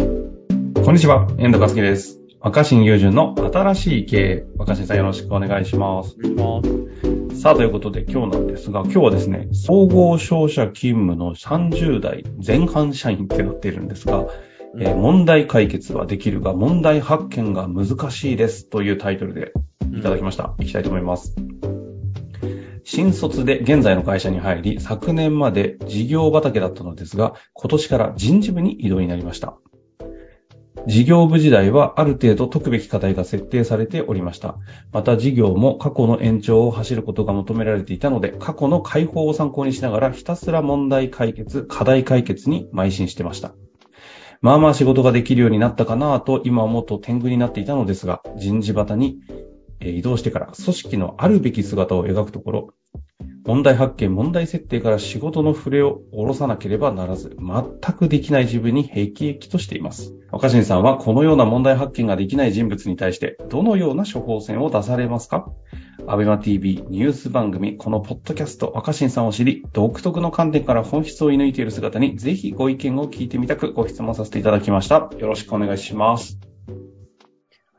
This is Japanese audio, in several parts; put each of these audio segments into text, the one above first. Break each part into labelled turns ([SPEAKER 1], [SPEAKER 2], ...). [SPEAKER 1] こんにちは、遠藤和樹です。若新友人の新しい経営。若新さんよろしくお願いします。さあ、ということで今日なんですが、今日はですね、総合商社勤務の30代前半社員ってなっているんですが、えー問題解決はできるが、問題発見が難しいですというタイトルでいただきました。いきたいと思います。新卒で現在の会社に入り、昨年まで事業畑だったのですが、今年から人事部に異動になりました。事業部時代はある程度解くべき課題が設定されておりました。また事業も過去の延長を走ることが求められていたので、過去の解放を参考にしながらひたすら問題解決、課題解決に邁進してました。まあまあ仕事ができるようになったかなぁと今思うと天狗になっていたのですが、人事端にえー移動してから組織のあるべき姿を描くところ、問題発見、問題設定から仕事の触れを下ろさなければならず、全くできない自分に平気駅としています。若新さんはこのような問題発見ができない人物に対して、どのような処方箋を出されますかアベマ TV ニュース番組、このポッドキャスト、若新さんを知り、独特の観点から本質を射抜いている姿に、ぜひご意見を聞いてみたくご質問させていただきました。よろしくお願いします。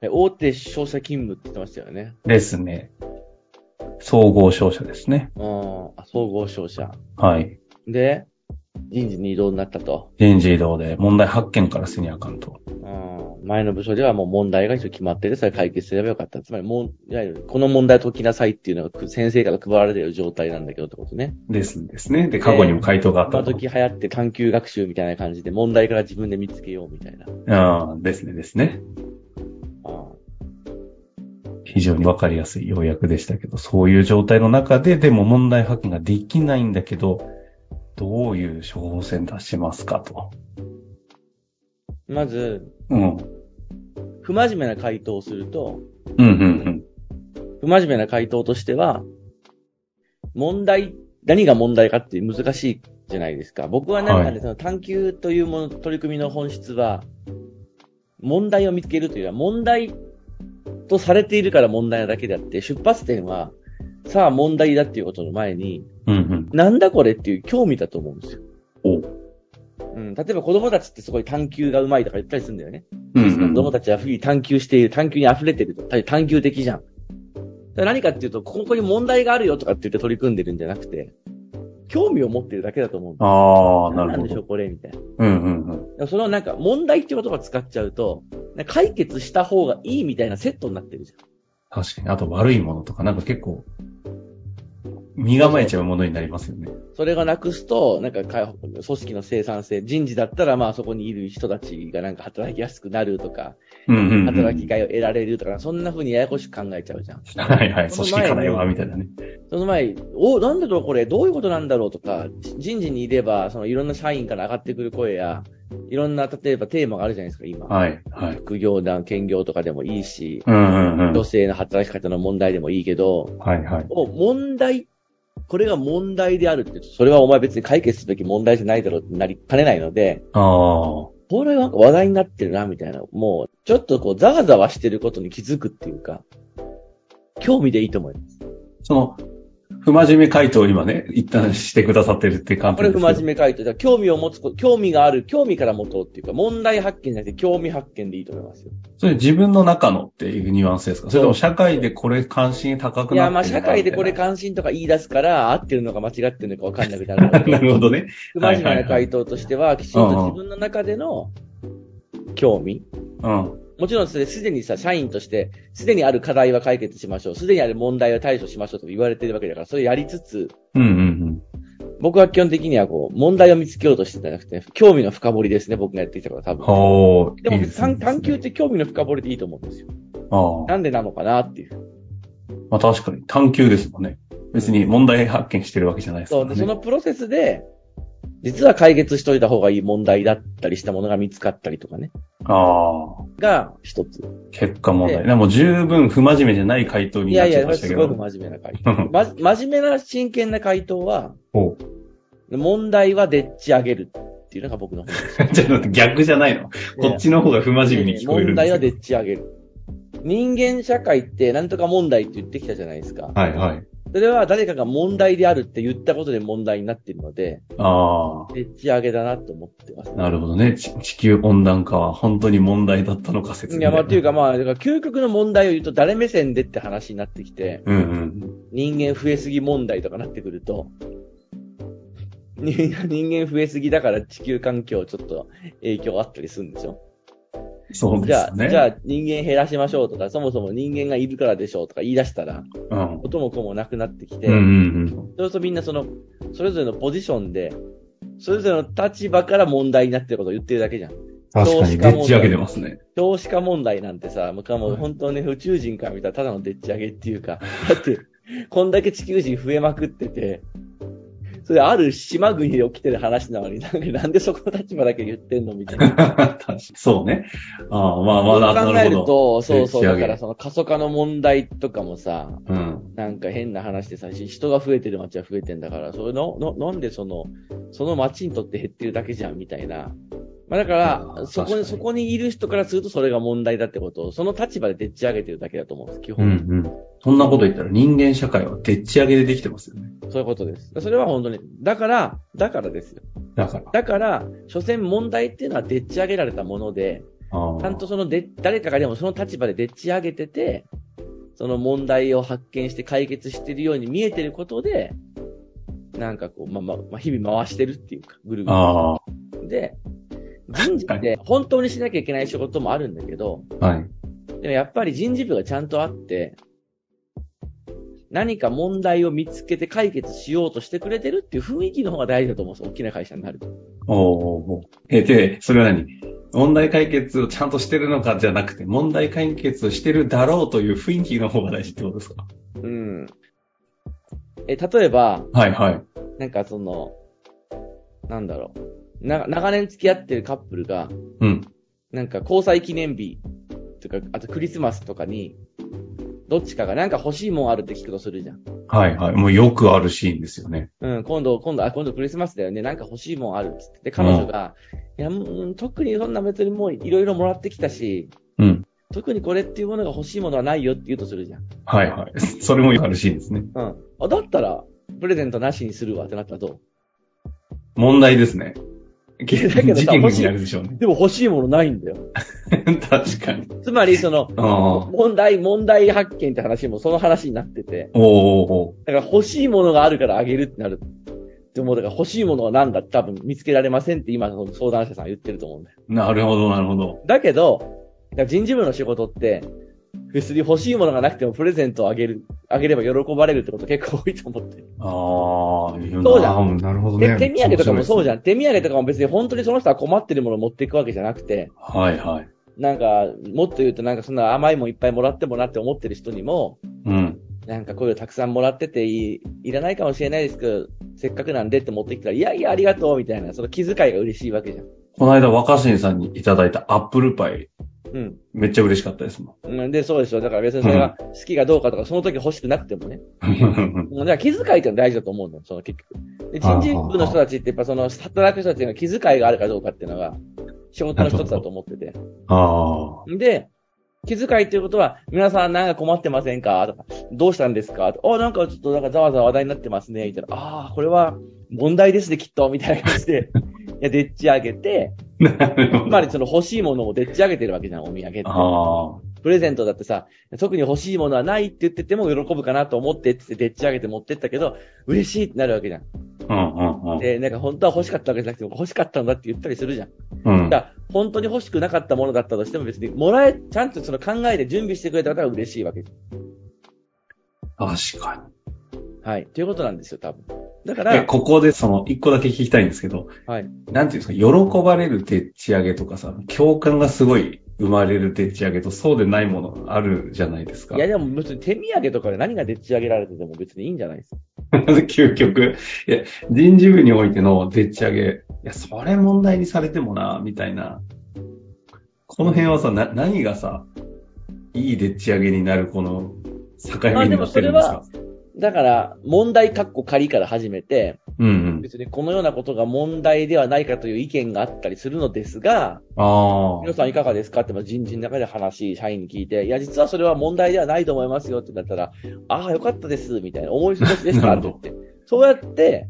[SPEAKER 2] え大手商社勤務って言ってましたよね。
[SPEAKER 1] ですね。総合商社ですね。
[SPEAKER 2] うん。あ総合商社。
[SPEAKER 1] はい。
[SPEAKER 2] で、人事に異動になったと。
[SPEAKER 1] 人事異動で問題発見からせにあかんと。
[SPEAKER 2] うん。前の部署ではもう問題が一応決まってて、それ解決すればよかった。つまり、もう、いわゆる、この問題解きなさいっていうのが先生から配られている状態なんだけどってことね。
[SPEAKER 1] ですですね。で、過去にも回答があっ
[SPEAKER 2] 今
[SPEAKER 1] たと。
[SPEAKER 2] 時流行って探究学習みたいな感じで、問題から自分で見つけようみたいな。うん。
[SPEAKER 1] ああ、ですねですね。非常にわかりやすい要約でしたけど、そういう状態の中で、でも問題発見ができないんだけど、どういう処方箋出しますかと。
[SPEAKER 2] まず、
[SPEAKER 1] うん。
[SPEAKER 2] 不真面目な回答をすると、
[SPEAKER 1] うんうん
[SPEAKER 2] 不真面目な回答としては、問題、何が問題かって難しいじゃないですか。僕はなんかね、
[SPEAKER 1] はい
[SPEAKER 2] その探求というもの、取り組みの本質は、問題を見つけるというよりは、問題とされているから問題なだけであって、出発点は、さあ問題だっていうことの前に、
[SPEAKER 1] うん。うんうん。
[SPEAKER 2] なんだこれっていう興味だと思うんですよ。
[SPEAKER 1] お
[SPEAKER 2] うん、例えば子供たちってすごい探求がうまいとか言ったりするんだよね。
[SPEAKER 1] うん
[SPEAKER 2] 子供
[SPEAKER 1] うん。
[SPEAKER 2] たちは日々探求している、探求に溢れてると、探求的じゃん。だから何かっていうと、ここに問題があるよとかって言って取り組んでるんじゃなくて、興味を持ってるだけだと思うんだ。
[SPEAKER 1] ああ、なる
[SPEAKER 2] 何なん
[SPEAKER 1] ほ
[SPEAKER 2] でしょ
[SPEAKER 1] ど。
[SPEAKER 2] う、これ、みたいな。
[SPEAKER 1] うんうんうん。
[SPEAKER 2] でもそのなんか、問題っていう言葉使っちゃうと、なんか解決した方がいいみたいなセットになってるじゃん。
[SPEAKER 1] 確かに。あと悪いものとか、なんか結構、身構えちゃうものになりますよね。
[SPEAKER 2] それがなくすと、なんかか、組織の生産性、人事だったら、まあそこにいる人たちがなんか働きやすくなるとか、
[SPEAKER 1] うんうんうん。
[SPEAKER 2] 働きがいを得られるとか、そんな風にややこしく考えちゃうじゃん。
[SPEAKER 1] はいはい。
[SPEAKER 2] こ
[SPEAKER 1] 組
[SPEAKER 2] の前に
[SPEAKER 1] 織課題は、みたいなね。
[SPEAKER 2] その前、お、なんだろうこれ、どういうことなんだろうとか、人事にいれば、そのいろんな社員から上がってくる声や、いろんな、例えばテーマがあるじゃないですか、今。
[SPEAKER 1] はいはい。
[SPEAKER 2] 副業団、兼業とかでもいいし、
[SPEAKER 1] うんうんう
[SPEAKER 2] 女
[SPEAKER 1] ん。
[SPEAKER 2] 性の働き方の問題でもいいけど、
[SPEAKER 1] はいはい。
[SPEAKER 2] お、問題、これが問題であるって、それはお前別に解決すべき問題じゃないだろうってなりかねないので、
[SPEAKER 1] ああ。
[SPEAKER 2] これは話題になってるな、みたいな。もう、ちょっとこう、ざわざわしてることに気づくっていうか、興味でいいと思います。
[SPEAKER 1] その、不真面目回答を今ね、一旦してくださってるって感
[SPEAKER 2] こ
[SPEAKER 1] じです
[SPEAKER 2] れ
[SPEAKER 1] け
[SPEAKER 2] 不
[SPEAKER 1] ど。
[SPEAKER 2] 真面目回答。だから興味を持つこと、興味がある、興味から持とうっていうか、問題発見じゃなくて興味発見でいいと思いますよ。
[SPEAKER 1] それ自分の中のっていうニュアンスですかそれとも社会でこれ関心高くなって
[SPEAKER 2] い
[SPEAKER 1] るな
[SPEAKER 2] や、まあ社会でこれ
[SPEAKER 1] みた
[SPEAKER 2] 関心とか言い出すから、合ってるのか間違ってるのか分かんなくなる
[SPEAKER 1] い ななるほどね。
[SPEAKER 2] 不真面目な回答としては、きちんと自分の中での興味。
[SPEAKER 1] うん。
[SPEAKER 2] もちろんそれすでにさ、社員として、すでにある課題は解決しましょう。すでにある問題は対処しましょうと言われてるわけだから、それやりつつ、
[SPEAKER 1] うんうん
[SPEAKER 2] 僕は基本的にはこう、問題を見つけようとしてじゃなくて、興味の深掘りですね、僕がやってきたことは多
[SPEAKER 1] うん。
[SPEAKER 2] 分。
[SPEAKER 1] ほー。
[SPEAKER 2] でも
[SPEAKER 1] いいすね
[SPEAKER 2] 探探求って興味の深掘りでいいと思うんですよ。
[SPEAKER 1] ああ。
[SPEAKER 2] なんでなのかなっていう。
[SPEAKER 1] まあ確かに探求ですもんね。別に問題発見してるわけじゃないですか
[SPEAKER 2] そ
[SPEAKER 1] ら
[SPEAKER 2] う、
[SPEAKER 1] ね。
[SPEAKER 2] で、そのプロセスで、実は解決しといた方がいい問題だったりしたものが見つかったりとかね。
[SPEAKER 1] あ
[SPEAKER 2] が、一つ。
[SPEAKER 1] あ。結果問題。
[SPEAKER 2] で
[SPEAKER 1] でも十分不真面目じゃない回答
[SPEAKER 2] い
[SPEAKER 1] にな
[SPEAKER 2] や
[SPEAKER 1] っ
[SPEAKER 2] い
[SPEAKER 1] ちゃい
[SPEAKER 2] や、
[SPEAKER 1] ました
[SPEAKER 2] す
[SPEAKER 1] け
[SPEAKER 2] ご
[SPEAKER 1] ど。
[SPEAKER 2] く真面目な回
[SPEAKER 1] う
[SPEAKER 2] 答。
[SPEAKER 1] ん
[SPEAKER 2] ま、真面目な真剣な回答は、
[SPEAKER 1] ほう
[SPEAKER 2] 問題はでっち上げるっていうのが僕 の方です。
[SPEAKER 1] ちょっと待って逆じゃないの。こっちの方が不真面目に聞こえるんです
[SPEAKER 2] 問題は
[SPEAKER 1] よ。
[SPEAKER 2] でっち上げる。人間社会ってなんとか問題って言ってきたじゃないですか。
[SPEAKER 1] はいはい。
[SPEAKER 2] それは誰かが問題であるって言ったことで問題になっているので、
[SPEAKER 1] あ
[SPEAKER 2] でっち上げだなと思ってます
[SPEAKER 1] あ、。なるほどね。ち地球温暖化は本当に問題だったのか説
[SPEAKER 2] いや、まあ、というかまあ、だから究極の問題を言うと誰目線でって話になってきて、
[SPEAKER 1] うんうん。
[SPEAKER 2] 人間増えすぎ問題とかなってくると、 人間増えすぎだから地球環境ちょっと影響あったりするんでしょ
[SPEAKER 1] そう
[SPEAKER 2] じ
[SPEAKER 1] で
[SPEAKER 2] ゃ
[SPEAKER 1] す
[SPEAKER 2] あ、
[SPEAKER 1] ね。
[SPEAKER 2] じゃあ人間減らしましょうとか、そもそも人間がいるからでしょうとか言い出したら、
[SPEAKER 1] うん。
[SPEAKER 2] 音も子もなくなってきて、
[SPEAKER 1] うんうん
[SPEAKER 2] そうするとみんなその、それぞれのポジションで、それぞれの立場から問題になってることを言ってるだけじゃん。
[SPEAKER 1] うん。確かに、でっち上げてますね。
[SPEAKER 2] 少子化問題なんてさ、僕はもう本当ね、宇宙人から見たらただのでっち上げっていうか、だって、こんだけ地球人増えまくってて、それある島国で起きてる話なのに、なんかなんでそこの立場だけ言ってんのみたいな。
[SPEAKER 1] 確かにそうね。ああ、ま あまあ、
[SPEAKER 2] そう考
[SPEAKER 1] な
[SPEAKER 2] え
[SPEAKER 1] る
[SPEAKER 2] る
[SPEAKER 1] ほど。
[SPEAKER 2] と、そうそう、
[SPEAKER 1] でっち上
[SPEAKER 2] だ
[SPEAKER 1] げ
[SPEAKER 2] からその過疎化の問題とかもさ、
[SPEAKER 1] うん。
[SPEAKER 2] なんか変な話でさ、し人が増えてる街は増えてんだから、それの、の、なんでその、その街にとって減ってるだけじゃん、みたいな。まあだか
[SPEAKER 1] あー
[SPEAKER 2] ら、そ
[SPEAKER 1] 確
[SPEAKER 2] こ
[SPEAKER 1] か
[SPEAKER 2] に、
[SPEAKER 1] に
[SPEAKER 2] そこにいる人からするとそれが問題だってことを、その立場ででっち上げてるだけだと思うんです、基
[SPEAKER 1] う
[SPEAKER 2] 本。
[SPEAKER 1] んうん。そんなこと言ったら人間社会はでっち上げでできてますよね。
[SPEAKER 2] そういうことです。それは本当に。だから、だからですよ。
[SPEAKER 1] だから。
[SPEAKER 2] だから、所詮問題っていうのはでっち上げられたもので、
[SPEAKER 1] ああ
[SPEAKER 2] ちゃんとそので、誰かがでもその立場ででっち上げてて、その問題を発見して解決してるように見えてることで、なんかこう、まあまあ、まあ、日々回してるっていうか、ぐるぐ
[SPEAKER 1] ああ、
[SPEAKER 2] る。で、人事
[SPEAKER 1] 確
[SPEAKER 2] っ
[SPEAKER 1] か
[SPEAKER 2] て本当にしなきゃいけない仕事もあるんだけど、
[SPEAKER 1] はい。
[SPEAKER 2] でもやっぱり人事部がちゃんとあって、何か問題を見つけて解決しようとしてくれてるっていう雰囲気の方が大事だと思うんです。大きな会社になると。
[SPEAKER 1] おーおーおーえ、で、それは何問題解決をちゃんとしてるのかじゃなくて、問題解決をしてるだろうという雰囲気の方が大事ってことですか
[SPEAKER 2] うん。え、例えば、
[SPEAKER 1] はいはい。
[SPEAKER 2] なんかその、なんだろう。な、長年付き合ってるカップルが、
[SPEAKER 1] うん。
[SPEAKER 2] なんか交際記念日とか、あとクリスマスとかに、どっちかがなんか欲しいもんあるって聞くとするじゃん。
[SPEAKER 1] はいはい。もうよくあるシーンですよね。
[SPEAKER 2] うん、今度、今度、あ、今度クリスマスだよね。なんか欲しいもんあるっつって。で、彼女が、いや、うん、特にそんな別にもういろいろもらってきたし、
[SPEAKER 1] うん。
[SPEAKER 2] 特にこれっていうものが欲しいものはないよって言うとするじゃん。
[SPEAKER 1] はいはい。 それもよくあるシーンですね。
[SPEAKER 2] うん。あ、だったら、プレゼントなしにするわってなったらどう
[SPEAKER 1] 問題ですね。事
[SPEAKER 2] やだけどさ
[SPEAKER 1] 件になるでしょうね。
[SPEAKER 2] でも欲しいものないんだよ。
[SPEAKER 1] 確かに。
[SPEAKER 2] つまり、その、
[SPEAKER 1] ああ。おー
[SPEAKER 2] 問題、問題発見って話もその話になってて、
[SPEAKER 1] おーお
[SPEAKER 2] だから欲しいものがあるからあげるってなる。でも、だから欲しいものは何だって多分見つけられませんって今の相談者さん言ってると思うんだよ。
[SPEAKER 1] ーなるほどなるほど。
[SPEAKER 2] だけど、だから人事部の仕事って、別に欲しいものがなくてもプレゼントをあげる、あげれば喜ばれるってこと結構多いと思ってる。
[SPEAKER 1] ああ、いいな
[SPEAKER 2] そうじゃん
[SPEAKER 1] なるほど
[SPEAKER 2] で
[SPEAKER 1] ね。
[SPEAKER 2] 手土産とかもそうじ
[SPEAKER 1] ゃん。
[SPEAKER 2] ゃん。手土産とかも別に本当にその人は困ってるものを持っていくわけじゃなくて、
[SPEAKER 1] はいはい。
[SPEAKER 2] なんか、もっと言うとなんかそんな甘いもんいっぱいもらってもなって思ってる人にも、
[SPEAKER 1] うん。
[SPEAKER 2] なんかこういうのたくさんもらってていい、いらないかもしれないですけど、せっかくなんでって持ってきたら、いやいやありがとうみたいな、その気遣いが嬉しいわけじゃん。
[SPEAKER 1] この間若新さんにいただいたアップルパイ、
[SPEAKER 2] うん
[SPEAKER 1] めっちゃ嬉しかったですも
[SPEAKER 2] うん。で、そうでしょ。だから別にそれが好きがどうかとか、その時欲しくなくてもね。
[SPEAKER 1] ん。
[SPEAKER 2] うんだから気遣いってのは大事だと思うのよ、その結局。で、人事部の人たちってやっぱその働く人たちの気遣いがあるかどうかっていうのが、仕事の一つだと思ってて。
[SPEAKER 1] ああ。
[SPEAKER 2] で、気遣いっていうことは、皆さんなんか困ってませんかとか、どうしたんですかとか、あ、なんかちょっとなんかざわざわ話題になってますね。みたいな、ああ、これは問題ですね、きっと。みたいな感じで、 いや、でっち上げて、
[SPEAKER 1] なるほ
[SPEAKER 2] つ
[SPEAKER 1] ど。
[SPEAKER 2] まりその欲しいものをでっち上げてるわけじゃん、お土産って。
[SPEAKER 1] あ
[SPEAKER 2] プレゼントだってさ、特に欲しいものはないって言ってても喜ぶかなと思ってってでっち上げて持ってったけど、嬉しいってなるわけじゃん。
[SPEAKER 1] あ。うんうんうん。
[SPEAKER 2] で、なんか本当は欲しかったわけじゃなくても欲しかったんだって言ったりするじゃん。
[SPEAKER 1] うん
[SPEAKER 2] だから本当に欲しくなかったものだったとしても別に、もらえ、ちゃんとその考えて準備してくれた方が嬉しいわけです。
[SPEAKER 1] 確か
[SPEAKER 2] はい。ということなんですよ、多分。だか
[SPEAKER 1] に。え
[SPEAKER 2] ら、
[SPEAKER 1] ここでその、一個だけ聞きたいんですけど、
[SPEAKER 2] はい。
[SPEAKER 1] なんていうんですか、喜ばれるでっち上げとかさ、共感がすごい生まれるでっち上げと、そうでないものあるじゃないですか
[SPEAKER 2] いや、。でも別に手土産とかで何がでっち上げられてても別にいいんじゃないですか。
[SPEAKER 1] 究極。いや、人事部においてのでっち上げ、いや、それ問題にされてもな、みたいな。この辺はさ、な、何がさ、いいでっち上げになる、この、境
[SPEAKER 2] まあ
[SPEAKER 1] 目に
[SPEAKER 2] でも
[SPEAKER 1] なってるんですか、
[SPEAKER 2] だから、問題カッコ仮から始めて、
[SPEAKER 1] ううんうん。
[SPEAKER 2] 別にこのようなことが問題ではないかという意見があったりするのですが、
[SPEAKER 1] あ
[SPEAKER 2] 皆さんいかがですかってまあ人事の中で話、社員に聞いて、いや、実はそれは問題ではないと思いますよってなったら、ああ、よかったです、みたいな、思い過ごしでし た
[SPEAKER 1] な
[SPEAKER 2] っ
[SPEAKER 1] る
[SPEAKER 2] て
[SPEAKER 1] ほ
[SPEAKER 2] 言
[SPEAKER 1] ど
[SPEAKER 2] って。そうやって、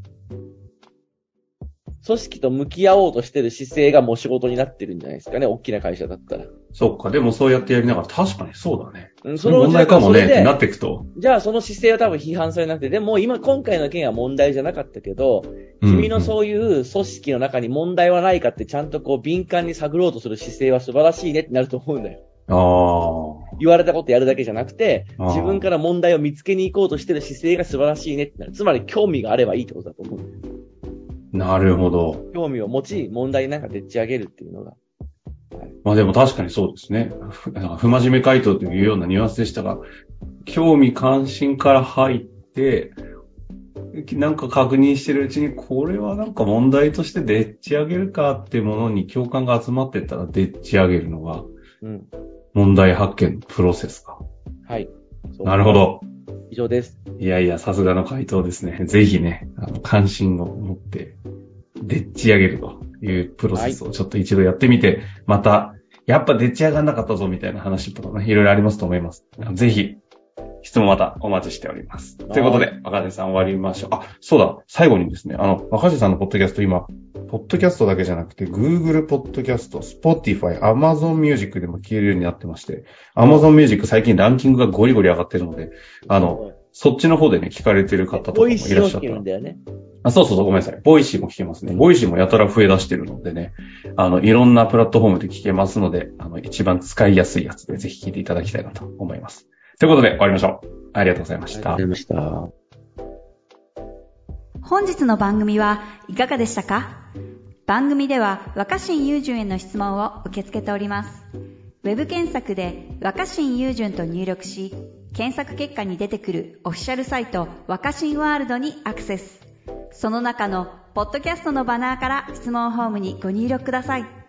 [SPEAKER 2] 組織と向き合おうとしてる姿勢がもう仕事になってるんじゃないですかね、大きな会社だったら。
[SPEAKER 1] あ。そっか。でもそうやってやりながら、確かにそうだね。
[SPEAKER 2] うん、
[SPEAKER 1] それ問題かもねってなっていくと。
[SPEAKER 2] じゃあその姿勢は多分批判されなくて、でも今、今回の件は問題じゃなかったけど、君の
[SPEAKER 1] う
[SPEAKER 2] そういう組織の中に問題はないかってちゃんとこう敏感に探ろうとする姿勢は素晴らしいねってなると思うんだ
[SPEAKER 1] ん
[SPEAKER 2] よ。
[SPEAKER 1] うん。ああ。
[SPEAKER 2] 言われたことやるだけじゃなくて、
[SPEAKER 1] あー
[SPEAKER 2] 自分から問題を見つけに行こうとしてる姿勢が素晴らしいねってなる。つまり興味があればいいってことだと思う。
[SPEAKER 1] なるほど。
[SPEAKER 2] 興味を持ち、問題なんかでっち上げるっていうのが。
[SPEAKER 1] まあでも確かにそうですね。ふなんか不真面目回答というようなニュアンスでしたが、興味関心から入って、なんか確認してるうちに、これはなんか問題としてでっち上げるかってものに共感が集まってったらでっち上げるのが
[SPEAKER 2] うん。
[SPEAKER 1] 問題発見のプロセスか。
[SPEAKER 2] はい。そう
[SPEAKER 1] なるほ。ど。
[SPEAKER 2] 以上です。
[SPEAKER 1] いやいや、さすがの回答ですね。ぜひね、あの、関心を持って、でっち上げるというプロセスをちょっと一度やってみて、また、やっぱでっち上がんなかったぞみたいな話とかね、いろいろありますと思います。ぜひ、質問またお待ちしております。ということで、若手さん終わりましょう。あ、そうだ、最後にですね、あの、若手さんのポッドキャスト今、ポッドキャストだけじゃなくて、Google ポッドキャスト、Spotify、Amazon Music でも消えるようになってまして、Amazon Music 最近ランキングがゴリゴリ上がってるので、あの、そっちの方でね、聞かれてる方とか
[SPEAKER 2] ボ
[SPEAKER 1] も
[SPEAKER 2] イ
[SPEAKER 1] い
[SPEAKER 2] シ
[SPEAKER 1] ら
[SPEAKER 2] ー
[SPEAKER 1] っ
[SPEAKER 2] を
[SPEAKER 1] しゃっ
[SPEAKER 2] 聞
[SPEAKER 1] た
[SPEAKER 2] ける
[SPEAKER 1] ら
[SPEAKER 2] ん。だよね。
[SPEAKER 1] あそうそうそう、ごめんなさい。ボイシーも聞けますね。ボイシーもやたら増え出してるのでね、あの、いろんなプラットフォームで聞けますので、あの、一番使いやすいやつでぜひ聞いていただきたいなと思います。ということで、終わりましょう。ありがとうございま
[SPEAKER 2] あり
[SPEAKER 1] し
[SPEAKER 2] がとう
[SPEAKER 1] た
[SPEAKER 2] ござ。いました。
[SPEAKER 3] 本日の番組はいかがでしたか番組では若新雄純への質問を受け付けております。ウェブ検索で若新雄純と入力し、検索結果に出てくるオフィシャルサイト若新ワールドにアクセス。その中のポッドキャストのバナーから質問フォームにご入力ください。